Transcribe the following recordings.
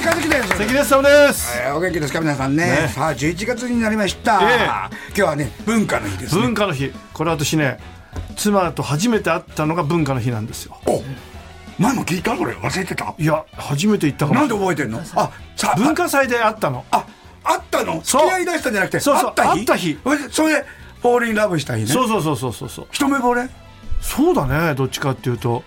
関根さんですえーお元気ですか皆さんねねさあ11月になりました、え今え日はね文化の日ですね文化の日これ私ね妻と初めて会ったのが文化の日なんですよお前も聞いたこれ忘れてたいや初めて行ったかもなんで覚えてんのあさあ文化祭で会ったのああったの付そうき合い出したんじゃなくてそうそうあった日あった日それでそれでフォーリンラブした日ねそうそうそうそうそうそう一目惚れそうだねどっちかっていうと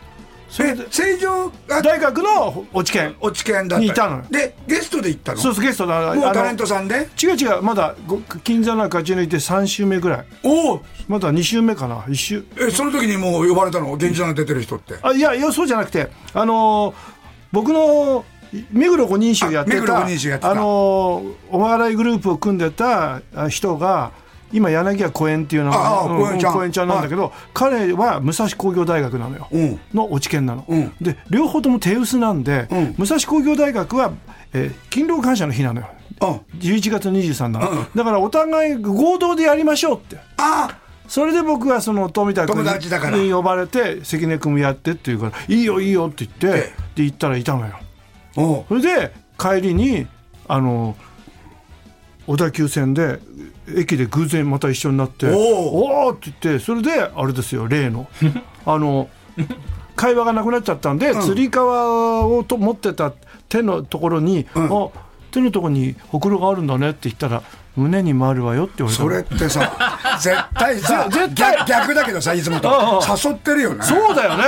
それえで正常が大学のお知見お付き合いだったにいたのよでゲストで行ったのそうそうゲストだもうタレントさんで違う違うまだご銀座なんか勝ち抜いて3週目ぐらいおおまだ2週目かな1週えその時にもう呼ばれたの現地の出てる人ってあいやいやそうじゃなくてあのー僕のい目黒五人衆やってたあ目黒五人衆やってたあのーお笑いグループを組んでたあ人が今柳家小園っていうのああがう小ん園ちゃん小園ちゃんなんだけど、彼は武蔵工業大学なのよ、うんの落研なの、うんで両方とも手薄なんで、うん武蔵工業大学は、えー勤労感謝の日なのよあ11月23なの、うんだからお互い合同でやりましょうってあそれで僕はその富田君友達だからに呼ばれて関根君もやってっていうから「いいよいいよ」って言って、えで行ったらいたのよおうそれで帰りにあの小田急線で駅で偶然また一緒になって「おーおーって言ってそれであれですよ 例のあの会話がなくなっちゃったんで、つり革をと持ってた手のところに「あ手のところにほくろがあるんだね」って言ったら「胸に回るわよ」って言われたそのれって さ絶対さぜ絶対逆逆だけどさいつもとああ誘ってるよねそうだ よね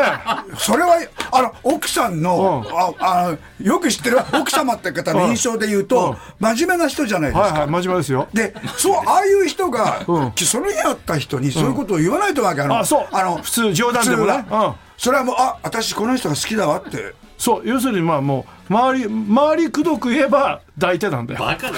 それはあの奥さんの、うああのよく知ってる奥様って方の印象で言うと、うん真面目な人じゃないですか、はいはい、真面目ですよ。でそうああいう人が、うんその日会った人にそういうことを言わないとわけあのあそうあの普通冗談でもね普通はうんそれはもうあ私この人が好きだわってそう、要するにまあもう、周り、周りくどく言えば大体なんだよ。バカだ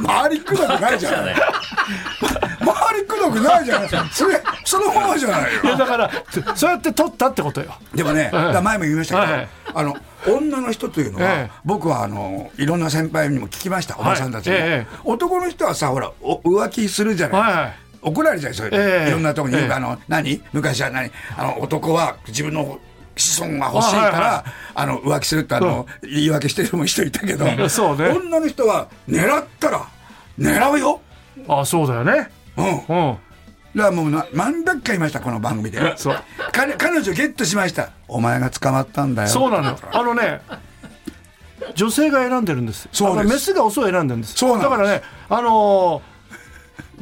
な周りくどくないじゃない周りくどくないじゃないそれそのままじゃないよいやだから、そうやって取ったってことよ。でもね、だから前も言いましたけど、はいあの女の人というのは、ええ僕はあのいろんな先輩にも聞きました、おばさんたちに、はいええ男の人はさ、ほら、お浮気するじゃない、はいはい怒られちゃうよそれで、ええいろんなところに、ええあの何昔は何あの、男は自分の子孫が欲しいから、あはいはあの浮気するってあの、言い訳してる人も人いたけど、ん そうね女の人は狙ったら、狙うよ、あ、そうだよね。うん、うん。だからもうな何百回言いましたこの番組でそう彼彼女ゲットしましたお前が捕まったんだよそう なのよ。あのね、女性が選んでるんです。そうですあのメスがオスを選んでるんです。そうなんですだからね、あのー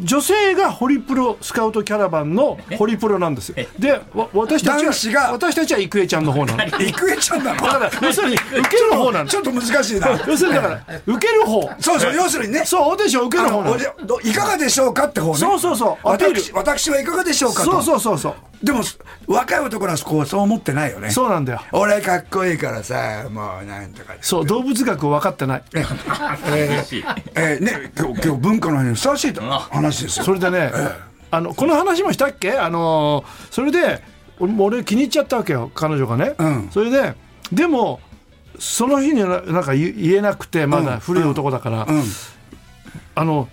女性がホリプロスカウトキャラバンのホリプロなんですよ。で、わ私たち男は子が私たちは郁恵ちゃんの方なの。だ郁恵ちゃんなのから要するに受ける方なのち。ょっと難しいな要するにだから受ける方。そうそう要するにねそうオーディション受けるあ方のなのお。じどいかがでしょうかって方ねそうそうそうアピール私私はいかがでしょうかとそうそうそうそうでも若い男の子はそう思ってないよねそうなんだよ俺かっこいいからさもうなんとかそう動物学を分かってない嬉しいえーね今日今日文化の日にふさわしいと話ですよそれでね、あのこの話もしたっけあのーそれで俺俺気に入っちゃったわけよ彼女がね、うんそれででもその日にななんか言言えなくてまだ古い男だから、うんあの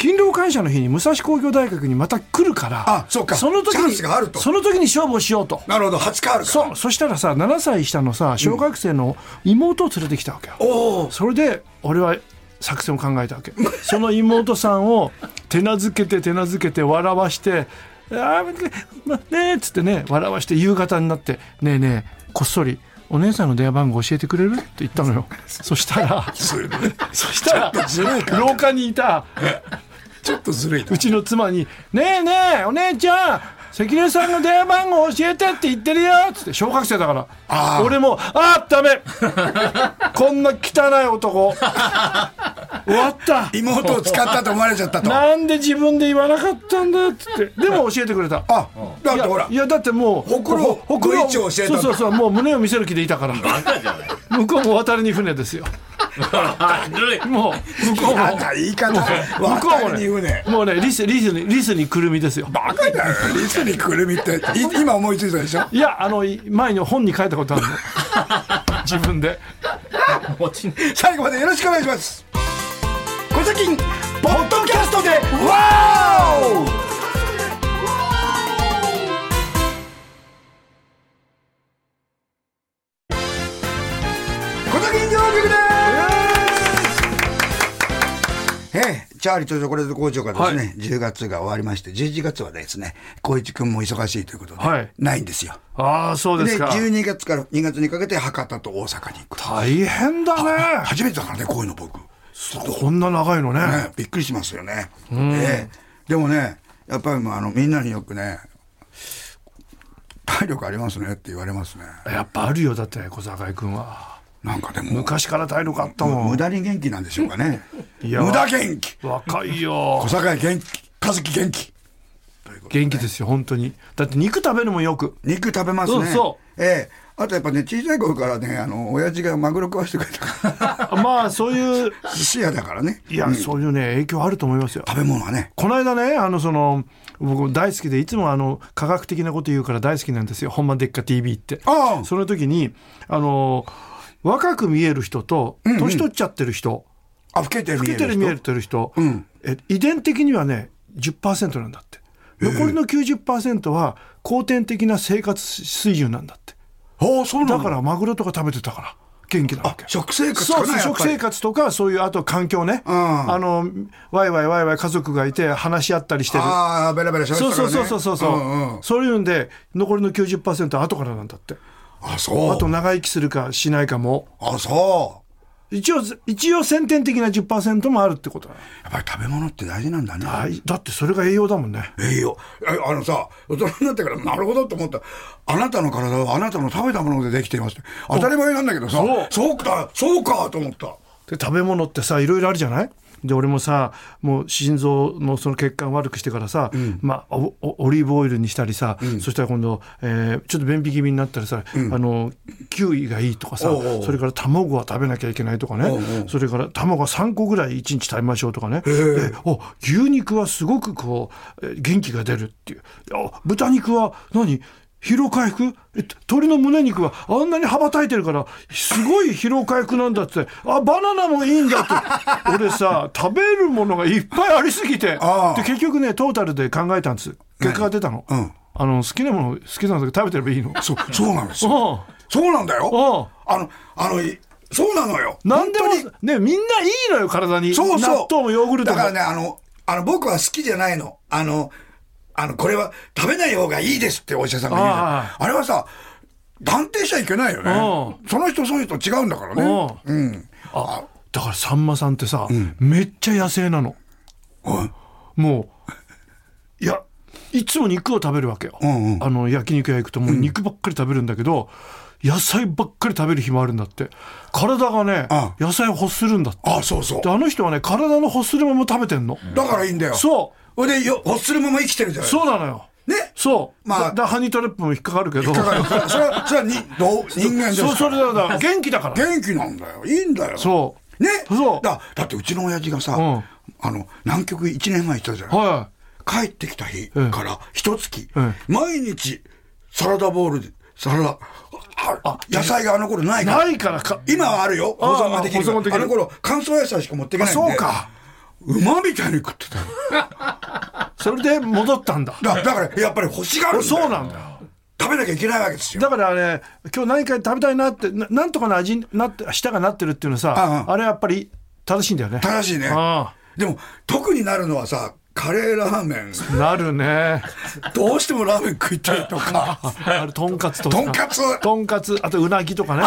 勤労感謝の日に武蔵工業大学にまた来るからあそうかその時チャンにスがあるとその時に勝負をしようとなるほど初カールかそうそしたらさ7歳下のさ小学生の妹を連れてきたわけよ、おおそれで俺は作戦を考えたわけ その妹さんを手なずけて手なずけて笑わして「ああねえ」っつってね笑わして夕方になって「ねえねえこっそりお姉さんの電話番号教えてくれる?」って言ったのよそしたら すごいそしたらちょっとずるいか廊下にいたちょっとずるいなうちの妻に「ねえねえお姉ちゃん関根さんの電話番号教えてって言ってるよ」っつって小学生だかあらー俺も「あー ダメこんな汚い男終わった妹を使ったと思われちゃったと。あ、なんで自分で言わなかったんだ」っつってでも教えてくれただっいてやほらい、やだってもうほくろほほくろの位置を教えたんそだうそうそうもう胸を見せる気でいたからバカじゃない向こうも渡りに船ですよずるいもう向こうもなんか言い方、向こ若うもいにね言うね。もうねリスリスにリスにくるみですよバカだよ、リスにくるみって、い今思いついたでしょいやあのい前に本に書いたこと あるの自分で落ちない最後までよろしくお願いします。小崎金ポッドキャストで、わーお小崎金上局ですええ、チャーリーとチョコレート工場がですね、は10月が終わりまして、11月はですね、光一くんも忙しいということで、はいないんですよ。ああそうでで、すか12月から2月にかけて博多と大阪に行く。大変だね初めてだからね、こういうの僕。そうこんな長いのねね、びっくりしますよね。ええでもね、やっぱりもうあのみんなによくね、体力ありますねって言われますね。やっぱあるよだって小坂井君はなんかでも、昔から体力あったも無ん駄に元気なんでしょうかね。 いや無駄元気若いよ 小坂井元気和樹元気元気ですよ本当にだって肉食べるもんよく肉食べますね。うんそええあとやっぱね、小さい頃からね、あの、親父がマグロ食わしてくれたから、 あまあそう いう寿司屋だからね。いや、そういうね影響あると思いますよ食べ物はね。この間ねあのその僕大好きでいつもあの科学的なこと言うから大好きなんですよ「ほんまでっか TV」ってああその時にあの若く見える人と年取っちゃってる人、あ、老けてる老見けえてるる人。見えてる人、え遺伝的にはね10%なんだって残りの90%は後天的な生活水準なんだってああ、そうなだんかだ。らマグロとか食べてたから元気なわけ食生活そかうな、やそうっ食ぱり生活とかそういうあと環境ね、んあのワイワイワイワイ家族がいて話し合ったりしてるああ、ベラベラしゃべそっうてたかそらうね。そうそうそうそう、んうんそういうんで残りの90%は後からなんだってあ、そう。あと長生きするかしないかもあ、そう。一応一応先天的な10%もあるってことだやっぱり食べ物って大事なんだね。はいだってそれが栄養だもんね栄養。えあのさ、大人になってから、なるほどと思った。あなたの体はあなたの食べたものでできています。当たり前なんだけどさそう、そうか、そうかと思った。で食べ物ってさいろいろあるじゃないで俺もさもう心臓のその血管悪くしてからさ、まあ、おおオリーブオイルにしたりさ、そしたら今度、えーちょっと便秘気味になったらさ、あのキウイがいいとかさおうおうそれから卵は食べなきゃいけないとかねおうおうそれから卵は3個ぐらい1日食べましょうとかねでお牛肉はすごくこうえー元気が出るっていうあ豚肉は何疲労回復えっと鶏の胸肉はあんなに羽ばたいてるからすごい疲労回復なんだってあバナナもいいんだって 俺さ食べるものがいっぱいありすぎてああで結局ねトータルで考えたんです結果が出たの,、うんあの好きなもの好きなのだけ食べてればいいのそう、そうなんですよ。うんそうなんだよ。うあの、あの、いそうなのよ。何でも本当にねみんないいのよ体にそうそう。納豆もヨーグルトもだからね、あの、あの、僕は好きじゃないの。あの、あの、これは食べない方がいいですってお医者さんが言うじゃんああれはさ、断定しちゃいけないよねう。その人そういう人違うんだからね。うん。あだからさんまさんってさ、めっちゃ野生なのうんもういやいつも肉を食べるわけよ、んうんあの焼肉屋行くともう肉ばっかり食べるんだけど、野菜ばっかり食べる日もあるんだって体がねあ野菜を欲するんだってあ、そうそうで。あの人はね体の欲するまま食べてんの、だからいいんだよ。そほいで、よ、欲するまま生きてるじゃうないそうなのよね。そうまあだだハニートラップも引っかかるけどだから、それは、それはそれはに、どう、人間ですそうかそれだだ から元気だからら。元気なんだよ。いいんだよ。そうね。そうだ、だってうちの親父がさ、うんあの、南極1年前行ったじゃない。は帰ってきた日ええから一月、え毎日サラダボウルでサラダあ野菜があの頃ないいからないからか今はあるよ保存ができるかああ保存できらるあの頃乾燥野菜しか持っていけないんであそうか馬みたいに食ってたよそれで戻っ たんだだだからやっぱり欲しがるんだよそうなんだよ食べなきゃいけないわけですよだからあれ今日何か食べたいなってななんとかの味になって舌がなってるっていうのはさあああれやっぱり正しいんだよね正しいねあでも特になるのはさカレーラーメンあなるねどうしてもラーメン食いたいと かあれとんかつとかとんかつとんかつあとうなぎとかね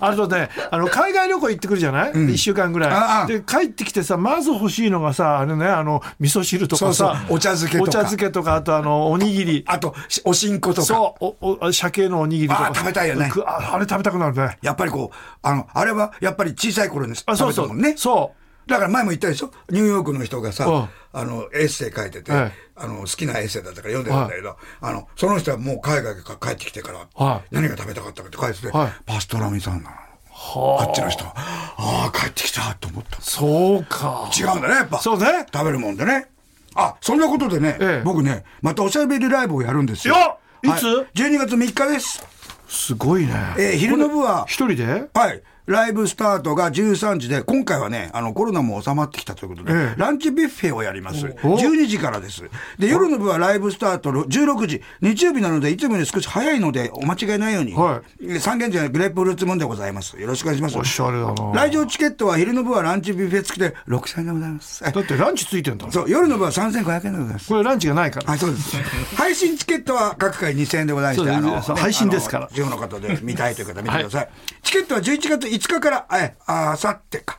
あれとねあの海外旅行行ってくるじゃない、一1週間ぐらいああで帰ってきてさまず欲しいのがさあれねあの味噌汁とかさそうそうお茶漬けとかお茶漬けとかあとあのおにぎりあとしおしんことかそうおお鮭のおにぎりとかああ食べたいよねくああれ食べたくなるねやっぱりこうあのあれはやっぱり小さい頃に食べあそうたそもうんねそうだから前も言ったでしょニューヨークの人がさ、うんあの、エッセイ書いてて、はいあの、好きなエッセイだったから読んでたんだけど、あの、その人はもう海外から帰ってきてから、はい何が食べたかったかって書いてて、はいパストラミさんなの。あっちの人は、ああ、帰ってきたと思った。そうか違うんだね、やっぱ。そうね食べるもんでね。あ、そんなことでね、ええ僕ね、またおしゃべりライブをやるんですよ。よっいつはい ?12 月3日です。すごいねえー昼の部は一人ではい。ライブスタートが13時で、今回はね、あの、コロナも収まってきたということで、ええランチビュッフェをやります。お12時からです。で、夜の部はライブスタートろ16時、日曜日なので、いつもより少し早いので、お間違いないように、は三軒茶屋グレープフルーツもんでございます。よろしくお願いします。おしゃれだな来場チケットは昼の部はランチビュッフェ付きで6000円でございます。だってランチついてんだも んそう、夜の部は3500円でございます。これランチがないからはい、そうです。配信チケットは各回2000円でございまそうして、ですあの、そう配信ですからあの地方の方で見たいという方見てください。チケットは11月5日から、え、あさってか。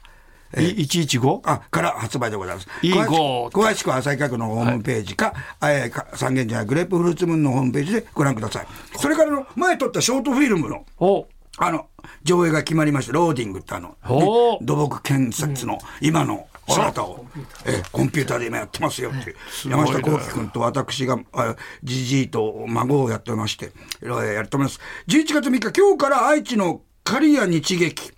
えい 115? あ、から発売でございます。いい詳しく号詳しくは朝日閣のホームページか、えーか三軒茶屋グレープフルーツムーンのホームページでご覧ください。それからの、前撮ったショートフィルムの、おあの、上映が決まりました。ローディングってあの、おね土木建設の今の姿を、えーコンピューターで今やってますよっていう。ごい山ね下幸輝君と私が、あじじいと孫をやってまして、えーやっております。11月3日、今日から愛知の刈谷日劇。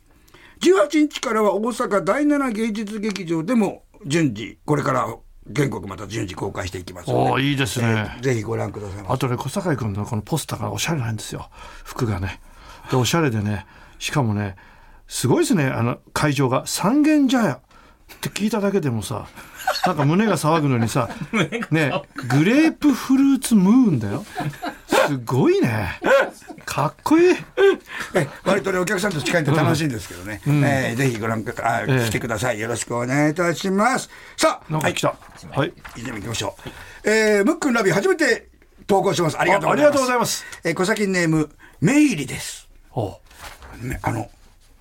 18日からは大阪第7芸術劇場でも順次、これから全国また順次公開していきますので。おーいいですねえーぜひご覧くださいませ。あとね小坂井君のこのポスターがおしゃれなんですよ服がねでおしゃれでねしかもねすごいですねあの会場が三軒茶屋って聞いただけでもさなんか胸が騒ぐの にさねグレープフルーツムーンだよすごいねかっこいいえ割とねお客さんと近いんで楽しいんですけどね、えーぜひご覧くだあええ来てくださいよろしくお願いいたしますさあなんはかい来たはい泉行きましょう、えー、ムックンラビ初めて投稿しますありがとうごあありざいがまとすうございますえー小崎ネームメイリですおうねあの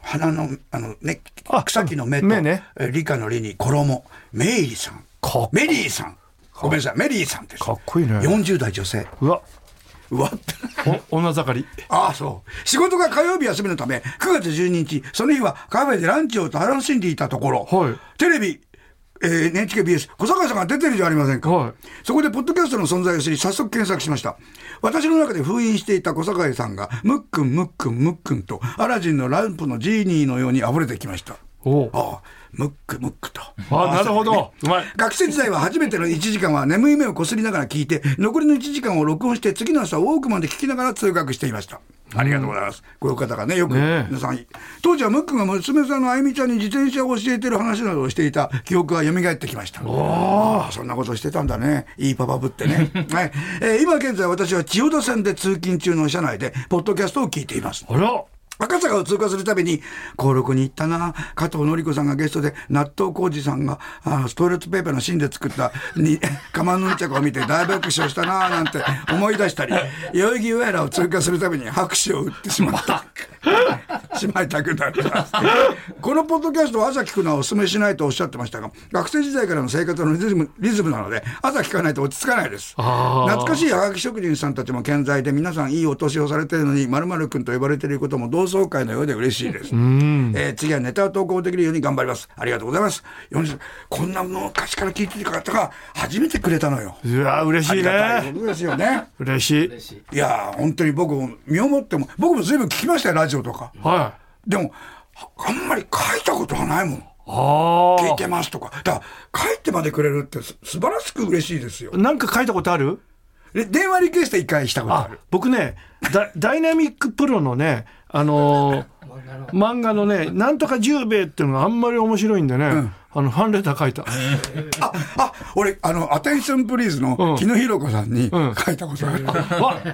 花のあのねあ草木の芽と芽ねえー理科の理に衣メイリさんかっメリーさんごめんなさいメリーさんですかっこいいね40代女性うわうわってお女盛りああ、そう。仕事が火曜日休みのため、9月12日、その日はカフェでランチを楽しんでいたところ、はいテレビ、えー NHKBS、小坂井さんが出てるじゃありませんか。はいそこで、ポッドキャストの存在を知り、早速検索しました。私の中で封印していた小坂井さんが、ムックン、ムックン、ムックンと、アラジンのランプのジーニーのように溢れてきました。おうああ、ムックムックと。あなるほどうまい学生時代は初めての1時間は眠い目をこすりながら聞いて、残りの1時間を録音して、次の朝ウォークマンで聞きながら通学していました。ありがとうございます。こういう方がね、よくねえ皆さん、当時はムックが娘さんのあゆみちゃんに自転車を教えてる話などをしていた記憶が蘇ってきました。ああそんなことしてたんだね。いいパパぶって ね。はい。えー今現在私は千代田線で通勤中の車内で、ポッドキャストを聞いています。あら赤坂を通過するたびに、高録に行ったな、加藤紀子さんがゲストで、納豆浩二さんが、あトイレットペーパーの芯で作った、に、 釜のヌンチャクを見て大爆笑したな、なんて思い出したり、代々木上原を通過するたびに拍手を打ってしまった。しまいたくなります。このポッドキャストを朝聞くのはお勧めしないとおっしゃってましたが、学生時代からの生活のリズム、リズムなので、朝聞かないと落ち着かないです。あー懐かしいはがき職人さんたちも健在で皆さんいいお年をされてるのに〇〇くんと呼ばれていることも同窓会のようで嬉しいです、えー次はネタを投稿できるように頑張りますありがとうございます40こんなの昔から聞いてる方が初めてくれたのようわ嬉あしりいがたいねことですよね嬉しいいやー本当に僕も身をもっても僕も随分聞きましたよラジオとかはいでもああんまり書いたことがないもんあ聞いあてますとかだから書いてまでくれるってす素晴らしく嬉しいですよなんか書いたことあるで電話リクエスト一回したことあある僕ねダ ダイナミックプロのねあのー漫画のね「なんとか十兵衛」っていうのがあんまり面白いんでね、あのファンレター書いた あ、あ、俺、あの、アテンションプリーズうのん木野弘子さんにん書いたことがある。わ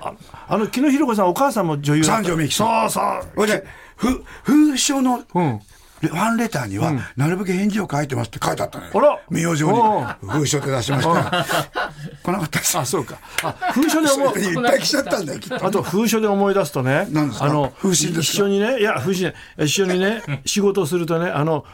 ああの木野寛子さんお母さんも女優だった三条美紀さん。そうそう。れで、ふ、封書の、うんファンレターには、なるべく返事を書いてますって書いてあったのよ。あら名字におう。封書って出しました。来なかったです。あ、そうか。封書で思ういっぱい来ちゃったんだよ、きっと。あと封書で思い出すとね何ですかあの風疹ですか一緒にねいや風疹一緒に ね仕事をするとねあの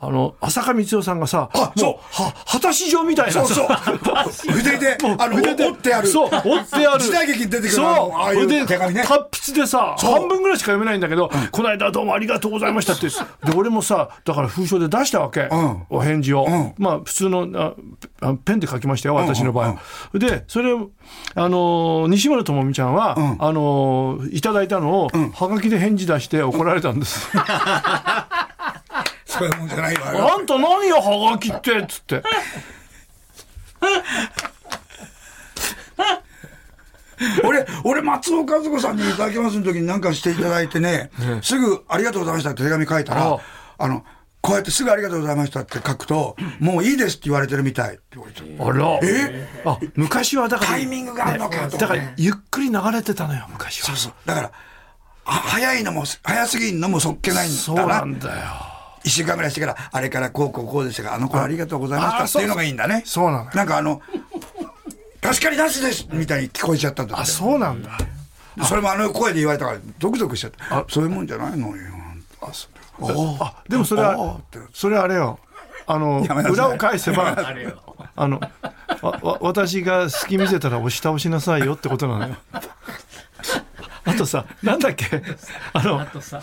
あの浅香光代さんがさあそうもうは果たし状みたいなそうさそう。 筆でもう、あの、折筆でってある。そう、折ってある。時代劇に出てくるそう、ああいうで手紙ね達筆でさ、そう半分ぐらいしか読めないんだけど、この間どうもありがとうございましたって。で、俺もさ、だから封書で出したわけ。んお返事を。んまあ、普通のあペあペンで書きましたよ、私の場合は。で、それを、あのー西村智美ちゃんは、あのーいただいたのを、はがきで返事出して怒られた んです。そういうもんじゃないわよ。あんた何よ、はがきって、っつって。俺、俺、松尾和子さんにいただきますの時になんかしていただいてね、すぐありがとうございましたって手紙書いたらあ、あの、こうやってすぐありがとうございましたって書くと、もういいですって言われてるみたいって言われてあらえあ昔はだからタイミングがあるのかとだかかね、らゆっくり流れてたのよ昔はそうだから、あ早いのも、早すぎんのもそっけないんだな。なんだよ一週間ぐらいしてから、あれからこうこうこうでしたが、あの頃ありがとうございましたあっていうのがいいんだね。そうなのよなんかあの、確かになしですみたいに聞こえちゃったんだってあそうなんだそれもあの声で言われたから、ゾクゾクしちゃった。そういうもんじゃないのよ。あ、そあでもそれああはってそれはあれよあのやめなさい裏を返せあばれよ。あのわわ私が隙見せたら押し倒しなさいよってことなのよあとさなんだっけあのあとさ、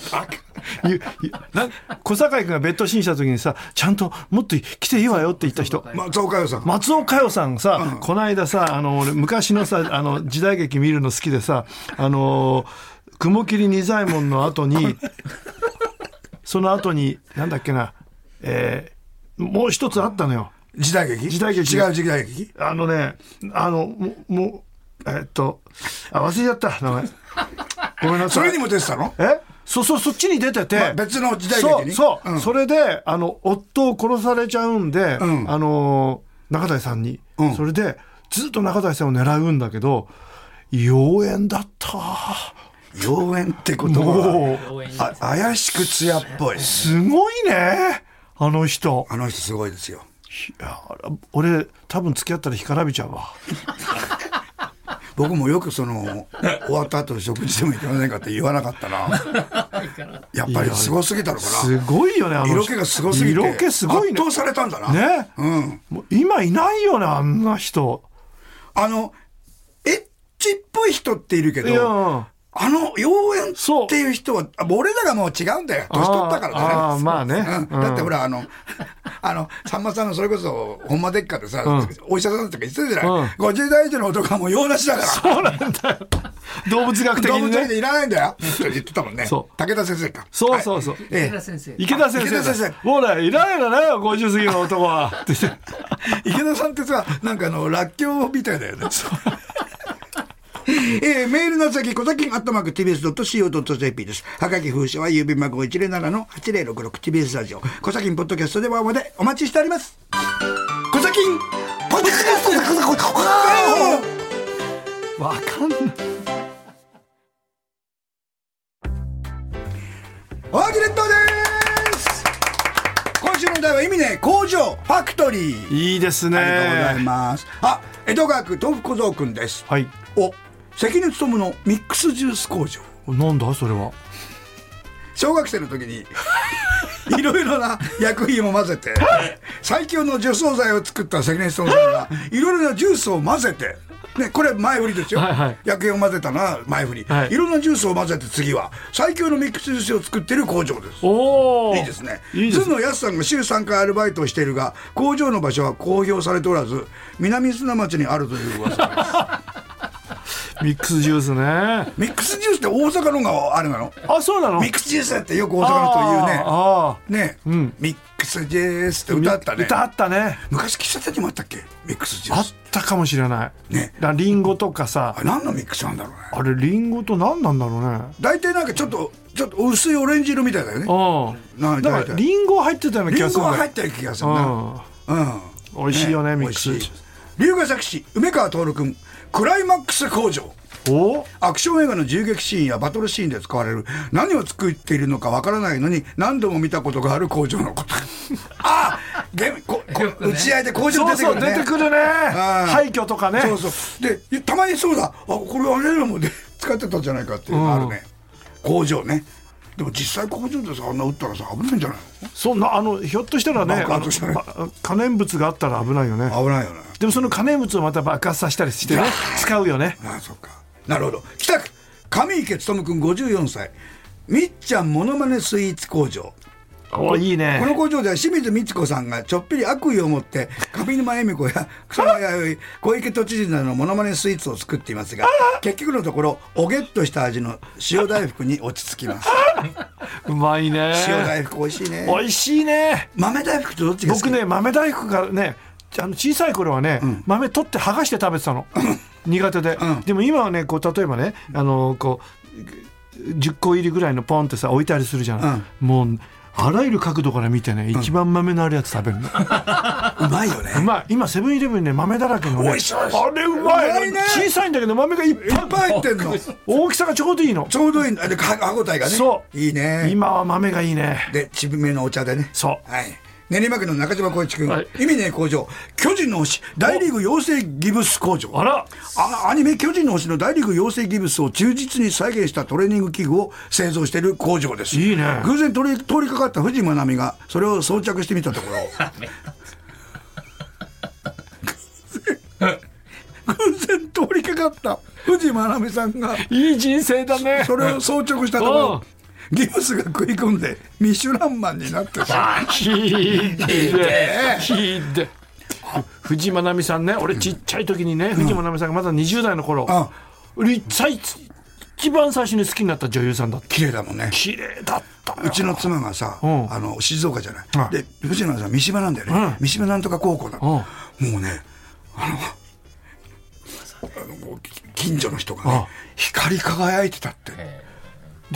ゆゆな小坂井君がベッドシーンした時にさちゃんともっと来ていいわよって言った人まあ、増加予算。松尾佳代さんさ、この間さあの俺昔 のさあの時代劇見るの好きでさあの雲霧仁左衛門の 後にその後になんだっけな、えーもう一つあったのよ時代劇時代劇違う時代劇あのねあのももうえーっとあ忘れちゃった名前ごめんなそさいれにも出てたのえそそそっちに出てて、まあ別の時代劇にそうそう、うんそれであの夫を殺されちゃうんで、んあの中谷さんに、うんそれでずっと中谷さんを狙うんだけど妖艶だった妖艶って言葉もう応援に。は、あ怪しく艶っぽい。すごいねあの人あの人すごいですよ。いや俺多分付き合ったら干からびちゃうわ僕もよくそ の、終わった後の食事でも行けませんかって言わなかったな。 やっぱりすごすぎたのかすごいよねあのな。人色気がすごすぎて。色気すごいね圧倒されたんだな。ねうん。もう今いないよねあんな人あの、エッチっぽい人っているけいやど、あの、妖艶そうっていう人は、あ俺らがもう違うんだよ。年取ったからだね。あーあーまあねうんだってほら、あの、 あの、さんまさんのそれこそ、ほんまでっかでさ、んお医者さんとか言ってたじゃない、うん ?50 代以上の男はもう用なしだから。そうなんだよ動物学的動に物園でねいらないんだよ。って言ってたもんね。そ武田先生か。そうそうそう、え池田先生。池田先生だ池田先生もうねいらないだよ50過ぎの男は って言ってえ池田さんってさ、なんかあの、らっきょうみたいだよね。えーメールの先、小崎アットマーク TBS.CO.JP です。はがき封書は郵便番号 107-8066TBS ラジオ。小崎ポッドキャストではまでお待ちしております。小崎ポッドキャストわかんないワーキレットです今週のお題は意味ね、工場、ファクトリー。いいですねありがとうございます。あ、江戸川区豆腐小僧くんです。はいお、関根勤のミックスジュース工場。なんだそれは小学生の時 にいろいろな薬品を混ぜて最強の除草剤を作った関根勤さんがいろいろなジュースを混ぜて、ね、これ前振りですよ、はいはい薬品を混ぜたのは前振り、、はいいろんなジュースを混ぜて次は最強のミックスジュースを作ってる工場ですおおいいですねいいですずのやすさんが週3回アルバイトをしているが工場の場所は公表されておらず南砂町にあるという噂ですミックスジュースねミックスジュースって大阪のがあれなのあそうなのミックスジュースだってよく大阪の人言うねあね、んミックスジュースって歌ったあね歌ったね昔喫茶店にもあったっけミックスジュあーっスたかもしれないねだリンゴとかさあ何のミックスなんだろうねあれリンゴと何なんだろうね大体なんかちょっとちょっと薄いオレンジ色みたいだよねうなんだ大から体リンゴ入ってたような気リがンするゴんだは入よってる気がするなうんうん美味しいよね美ミッ味クしスい龍ヶ崎市梅川徹君クライマックス工場おアクション映画の銃撃シーンやバトルシーンで使われる何を作っているのかわからないのに何度も見たことがある工場の ことああでここよくね打ち合いで工場そ出てくうそるうね出てくるねん廃墟とかねそうそうでたまにそうだあこれあれらもで 使ってたんじゃないかっていうのあるね、工場ねでも実際工場でさあんな打ったらさ危ないんじゃないそんなあのひょっとしたらね爆発したねあのば可燃物があったら危ないよねの危ないよねでもその可燃物をまた爆発させたりしてね使うよねああそっかなるほど北区上池勉君54歳みっちゃんモノマネスイーツ工場おいいこのね工場では清水ミチ子さんがちょっぴり悪意を持って上沼恵美子や草間彌生小池都知事などのモノマネスイーツを作っていますが結局のところおげっとした味の塩大福に落ち着きますうまいね塩大福美味しいねおいしいね豆大福とどっちが好き僕ね豆大福がねあの小さい頃はね、豆取って剥がして食べてたの苦手で、うんでも今はねこう例えばねあのこう10個入りぐらいのポンってさ置いたりするじゃない、もうあらゆる角度から見てね一番豆のあるやつ食べるの、うまいよねうまい今セブンイレブンにね豆だらけのね美味しそうですあれうまいのうまいね小さいんだけど豆がいっいぱいっぱい入ってんの大きさがちょうどいいのちょうどいいんだでか歯応えがねそういいね今は豆がいいねでちびめのお茶でねそうはい練馬区の中島光一君、はい意味ねえ工場巨人の星大リーグ養成ギブス工場あらあアニメ「巨人の星」の大リーグ養成ギブスを忠実に再現したトレーニング器具を製造している工場ですいいね偶然通り通りかかった藤真奈美がそれを装着してみたとこ ろ 偶然通りかかった藤真奈美さんがいい人生だねそれを装着したとこおうろギブスが食い込んでミシュランマンになってさひいでひいで藤真奈美さんね俺ちっちゃい時にね、藤真奈美さんがまだ20代の頃、俺最一番最初に好きになった女優さんだった綺麗だもんね綺麗だったうちの妻がさ、んあの静岡じゃない、はいで藤野さん三島なんだよね、三島なんとか高校なの、もうねあのあのもうき近所の人がね、あ光り輝いてたって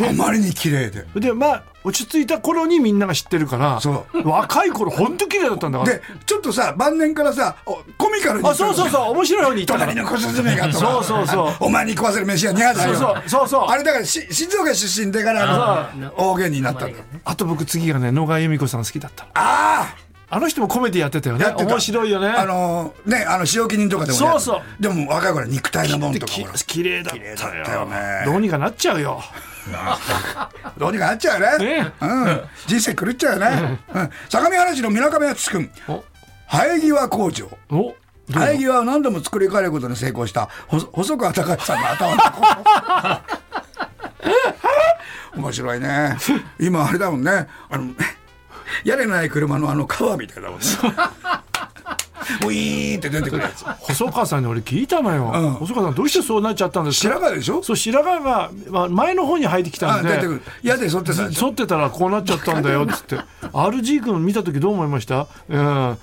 あまりに綺麗ででまあ落ち着いた頃にみんなが知ってるからそ若い頃本当綺麗だったんだからでちょっとさ晩年からさおコミカルにあそうそうそう面白いように言ったか隣らの小雀がとかそうそうそうあのお前に食わせる飯はニャーだよそうそうそうそうあれだからし静岡出身だからあの大芸になったんだあと僕次がね野川由美子さん好きだったあああの人もコメディやってたよねやってた面白いよねあのーねあの使用記人とかでもねそうそうでも若い頃は肉体のもんでとかきほら綺麗だっ麗ただよったよねどうにかなっちゃうよどうにかなっちゃうねねうん人生狂っちゃうよね、うん、相模原市の水上敦君お生え際工場おどう生え際を何度も作り変えることに成功したほ細川隆さんの頭のとこ 面白いね今あれだもんねあの屋根のない車のあのカバーみたいだもんねウィーンって出てくるやつ細川さんに俺聞いたのよ、うん細川さんどうしてそうなっちゃったんですか白髪でしょそう白髪がまあ前の方に生えてきたあんで出てくる屋根沿ってたでしょ剃ってたらこうなっちゃったんだよっつって RG 君見た時どう思いましたうんいや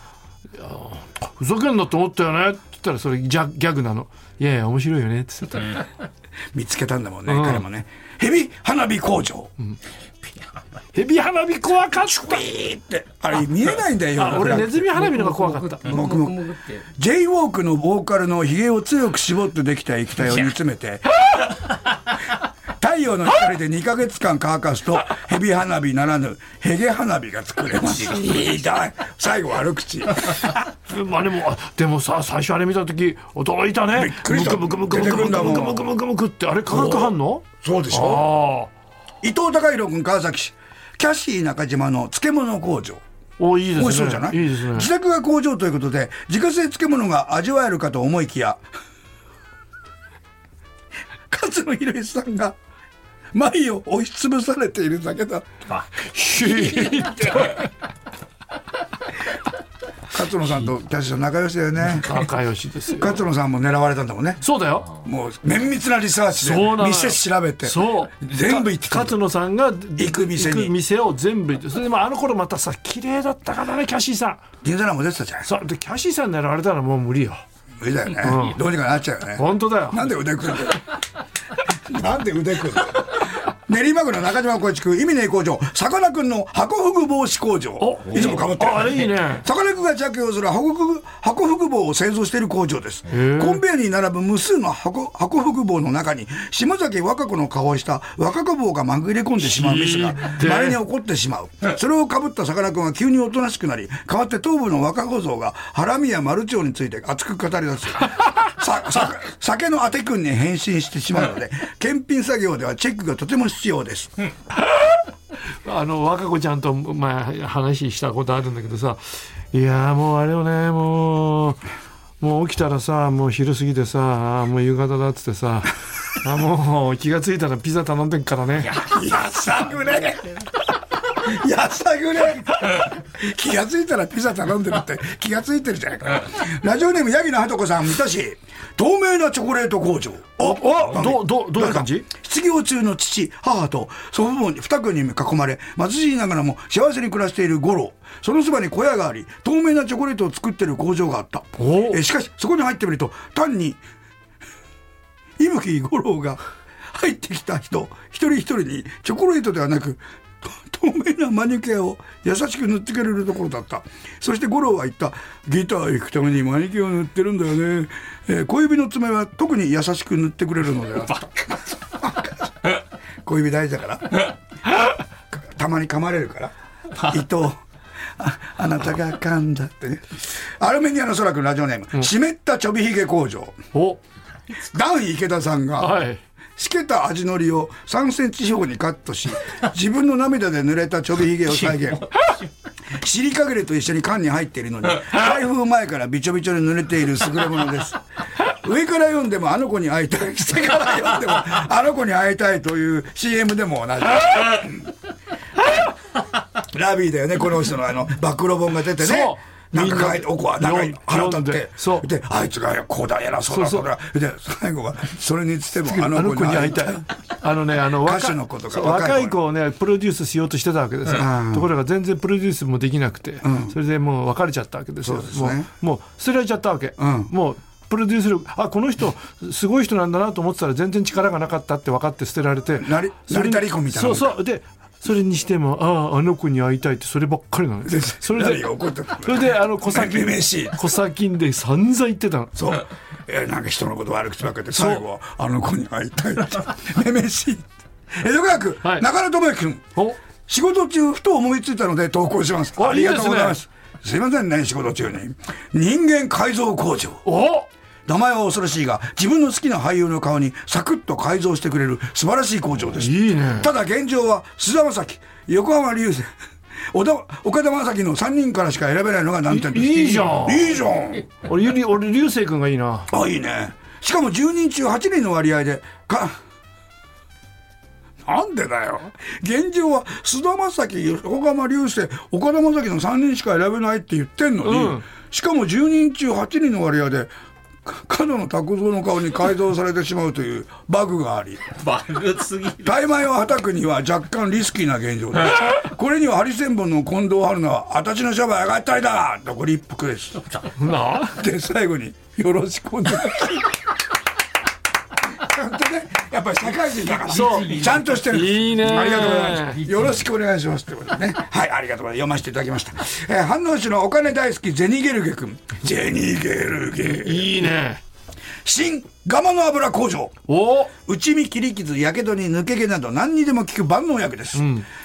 ふざけんなと思ったよねって言ったらそれギャギャグなのいやいや面白いよねって言ってた見つけたんだもんね、彼もね蛇花火工場、ヘビ花火怖かったであれ見えないんだよあ俺ネズミ花火の方が怖かったもぐもぐって。 j ウォークのボーカルのひげを強く絞ってできた液体を煮詰めて太陽の光で2か月間乾かすと蛇花火ならぬヘゲ花火が作れますひどい最後悪口まあでもあでもさ最初あれ見た時驚いたねびっくりしたムクムクムクムクムクムクムクムクムクってあれ化学反応 そうでしょああ伊藤孝弘君川崎市キャシー中島の漬物工場おいいですね美味しそうじゃないいいですね自宅が工場ということで自家製漬物が味わえるかと思いきや 勝野博さんが眉を押しつぶされているだけだひー勝野さんとキャシーさん仲良しだよね仲良しですよ勝野さんも狙われたんだもんねそうだよもう綿密なリサーチそうなのでよ店調べてそう全部行ってかた勝野さんが行く店にを全部行ってそれでまああの頃またさ綺麗だったからねキャシーさん銀座なんも出てたじゃんそうでキャシーさん狙われたらもう無理よ無理だよね、どうにかなっちゃうよね本当だよなんで腕組んでるなんで腕組んでる練馬区の中島浩一君、意味ねえ工場、さかなクンの箱ふぐ防止工場お。いつもかぶってる。ああれいいねさかなクンが着用する箱ふぐ、箱ふぐ棒を製造している工場です。コンベヤに並ぶ無数の箱、箱ふぐ棒の中に、島崎和歌子の顔をした若子棒が紛れ込んでしまうミスがひ、でえ稀に起こってしまう。それをかぶったさかなクンは急におとなしくなり、代わって頭部の若子像が、ハラミやマルチョウについて熱く語り出す。 ささ酒のあてくんに変身してしまうので、検品作業ではチェックがとても必要です。あの若子ちゃんと、まあ、話したことあるんだけどさいやーもうあれよねもうもう起きたらさもう昼過ぎてさあーもう夕方だっつってさあもう気がついたらピザ頼んでっからねやさぐれ やさぐれ気がついたらピザ頼んでるって気がついてるじゃないかラジオネームヤギのはとこさん水戸市透明なチョコレート工場おおどどどういう感じ失業中の父母と祖父母に二組に囲まれ貧しいながらも幸せに暮らしている五郎そのそばに小屋があり透明なチョコレートを作ってる工場があったおえしかしそこに入ってみると単に伊吹五郎が入ってきた人一人一人にチョコレートではなくと透明なマニキュアを優しく塗ってくれるところだったそして五郎は言ったギター行くためにマニキュアを塗ってるんだよね、えー小指の爪は特に優しく塗ってくれるのであった小指大事だから たまに噛まれるから伊藤ああなたが噛んだってねアルメニアの空くんラジオネーム、湿ったちょびひげ工場おダウン池田さんが、 はいしけた味のりを3センチ四方にカットし、自分の涙で濡れたちょびひげを再 現。尻かげれと一緒に缶に入っているのに、開封前からびちょびちょに濡れている優れものです。上から読んでもあの子に会いたい、下から読んでもあの子に会いたいという CM でも同じ。ラビーだよね、この人のあの、暴露本が出てねそ。うなんか書いて、みんなおこは長い読ん腹立っ読んてで。そうで、あいつがこうだ、偉そうだ、そそううそだ。で、最後は、それにつっても、ああのの子子にに会会いいたたいい。。あのね、あの歌手の子とかそう若若いい子子をね、プロデュースしようとしてたわけですよ。ところが全然プロデュースもできなくて、それでもう別れちゃったわけですそよ。うですねもう、もう捨てられちゃったわけ。んもうプロデュース力、あ、この人、すごい人なんだなと思ってたら、全然力がなかったって分かって捨てられて。なりそれ成に田理子みたいなもそんうかそう、で、それにしても、ああ、あの子に会いたいって、そればっかりなのよ。それ 何でが、怒ってたそれで、あの、小 先めめしい。小先んで散々言ってたの。そう。え、なんか人のこと悪口ばっかりで、最後は、あの子に会いたいって。 めめしい。江戸川区、はい中野智之君。お仕事中、ふと思いついたので投稿します。あありがとうございまいいす。すいませんね、仕事中に。人間改造工場。お名前は恐ろしいが自分の好きな俳優の顔にサクッと改造してくれる素晴らしい工場ですいいねただ現状は菅田将暉横浜流星 小田岡田将生の3人からしか選べないのが難点ですいいじゃんいいじゃん俺、ゆり、俺、流星君がいいな。あいいねしかも10人中8人の割合でか なんでだよ現状は菅田将暉横浜流星岡田将生の3人しか選べないって言ってんのに、うんしかも10人中8人の割合でか角野卓造の顔に改造されてしまうというバグがありバグすぎる。大枚をはたくには若干リスキーな現状ですこれにはハリセンボンの近藤春菜は「私の商売上がったりだ!」とご立腹ですなあで最後に「よろしくお願いします」ちゃんとねやっぱり社会人だからそうちゃんとしてるいいねありがとうございますよろしくお願いしますってことでねはいありがとうございます読ませていただきました、えー、反応市のお金大好きゼニゲルゲ君ゼニゲルゲいいね。新ガマの油工場お内身切り傷やけどに抜け毛など何にでも効く万能薬です、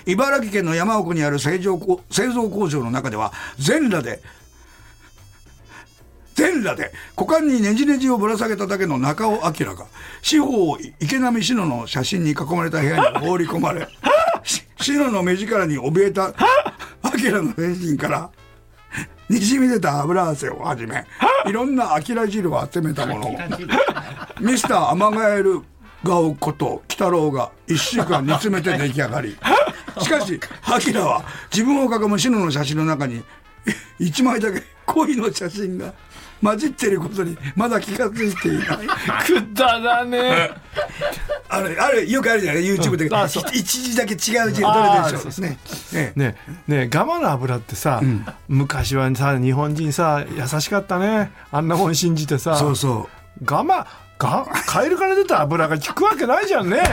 茨城県の山奥にある製造工製造工場の中では全裸で全裸で股間にねじねじをぶら下げただけの中尾明が四方を池波志乃の写真に囲まれた部屋に放り込まれし志乃の目力に怯えた明の精神からにじみ出た油汗をはじめいろんな明汁を集めたものを。ミスターアマガエル顔こと鬼太郎が1週間煮詰めて出来上がりしかしアキラは自分を囲むシノの写真の中に1枚だけ恋の写真が混じっていることにまだ気が付いていないくだらねあれあれよくあるじゃない YouTube で、うんあそう一時だけ違う字が取れてあるでしょそうそねええねえねえガマの油ってさ、昔はさ日本人さ優しかったねあんなもん信じてさそうそガマがカエルから出た油が効くわけないじゃん ね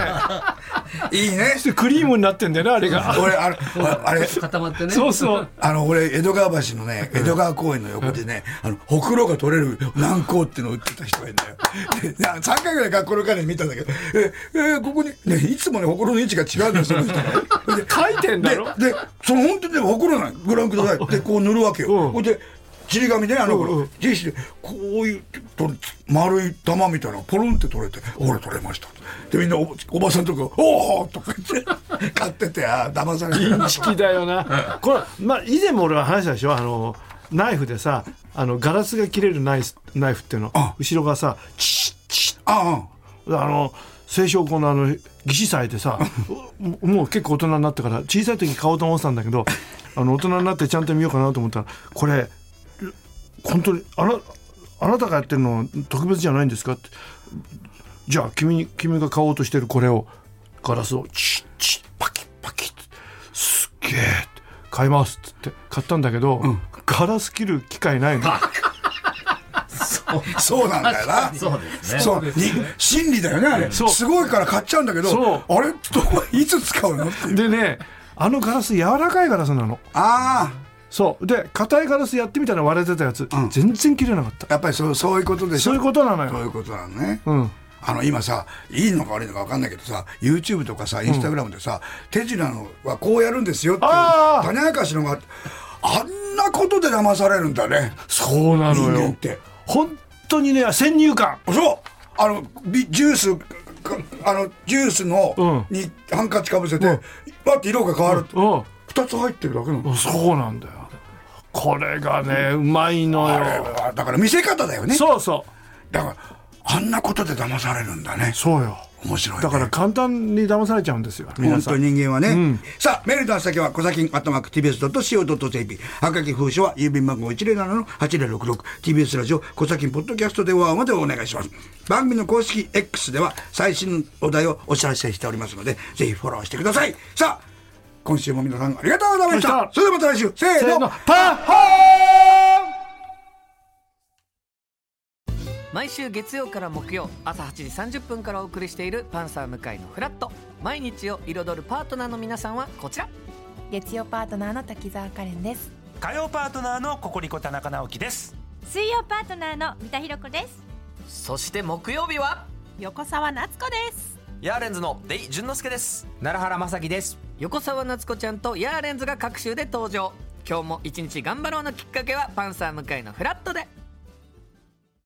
ういいねでクリームになってんだよねあれが俺あれあれ固まってね そうそうあの、俺、江戸川橋のね、江戸川公園の横でね、あの、ほくろが取れる軟膏っていうのを売ってた人がいるんだよ。で、3回ぐらい学校の彼に見たんだけど、え、えーここに、ね、いつもね、ほくろの位置が違うんだよ、その人 がね。で書いてんだろで、で、その本当にね、ほくろなのご覧ください。で、こう塗るわけうんよ。ほいで、ちり紙ね、あのうんう頃ん、ジェシーで、こういう、と丸い玉みたいなのがポロンって取れて、俺取れました。で、みんなお、おばさんとか、おおとか言って、買ってて、あー騙された。好きだよなこれ、まあ、以前も俺は話したでしょあのナイフでさあのガラスが切れるナイスナイフっていうのあ後ろがさチッチッああ、うん。あの清少校のあの義士祭でさ ももう結構大人になってから小さい時買おうと思ってたんだけどあの大人になってちゃんと見ようかなと思ったらこれ本当にあなあなたがやってるの特別じゃないんですかってじゃあ君に君が買おうとしてるこれをガラスをチッチッパキッパキッすっげえ買いますっつって買ったんだけど、ガラス切る機会ないの そうなんだよな。 そうですね。そう、に心理だよね、あれ。そうすごいから買っちゃうんだけそうど、あれちょっとこれいつ使うのって いう。 でねあのガラス柔らかいガラスなのあそうで硬いガラスやってみたら割れてたやつ、ん全然切れなかったあ、やっぱりそうそういうことでしょ。そういうことなのそういようことなのね。うんあの今さいいのか悪いのか分かんないけどさ YouTube とかさ Instagram でさ、手品のはこうやるんですよっていうあー種明かしのがあってあんなことで騙されるんだねそうな人の間っよて本当にね先入観そうあのビジュースかあのジュースの、うにハンカチかぶせて、バッて色が変わる、うん二2つ入ってるだけなの、そうなんだよこれがねうまいのあれよはだから見せ方だよねそうそうだからあんなことで騙されるんだねそうよ面白い、ね、だから簡単に騙されちゃうんですよ皆本さ当ん人間はね、さあメールの宛先は小崎アットマーク TBS.CO.JP はがき封書は郵便番号 107-8066TBS ラジオ小崎ポッドキャストでお会いまでお願いします番組の公式 X では最新のお題をお知らせしておりますのでぜひフォローしてくださいさあ今週も皆さんありがとうございましたありがそれではまた来週せせーーののパッホーン毎週月曜から木曜朝8時30分からお送りしている「パンサー向井のフラット」毎日を彩るパートナーの皆さんはこちら月曜パートナーの滝沢カレンです火曜パートナーのココリコ田中直樹です水曜パートナーの三田寛子ですそして木曜日は横澤夏子ですヤーレンズのデイ純之介です奈良原雅樹です横澤夏子ちゃんとヤーレンズが各週で登場今日も一日頑張ろうのきっかけは「パンサー向井のフラットで」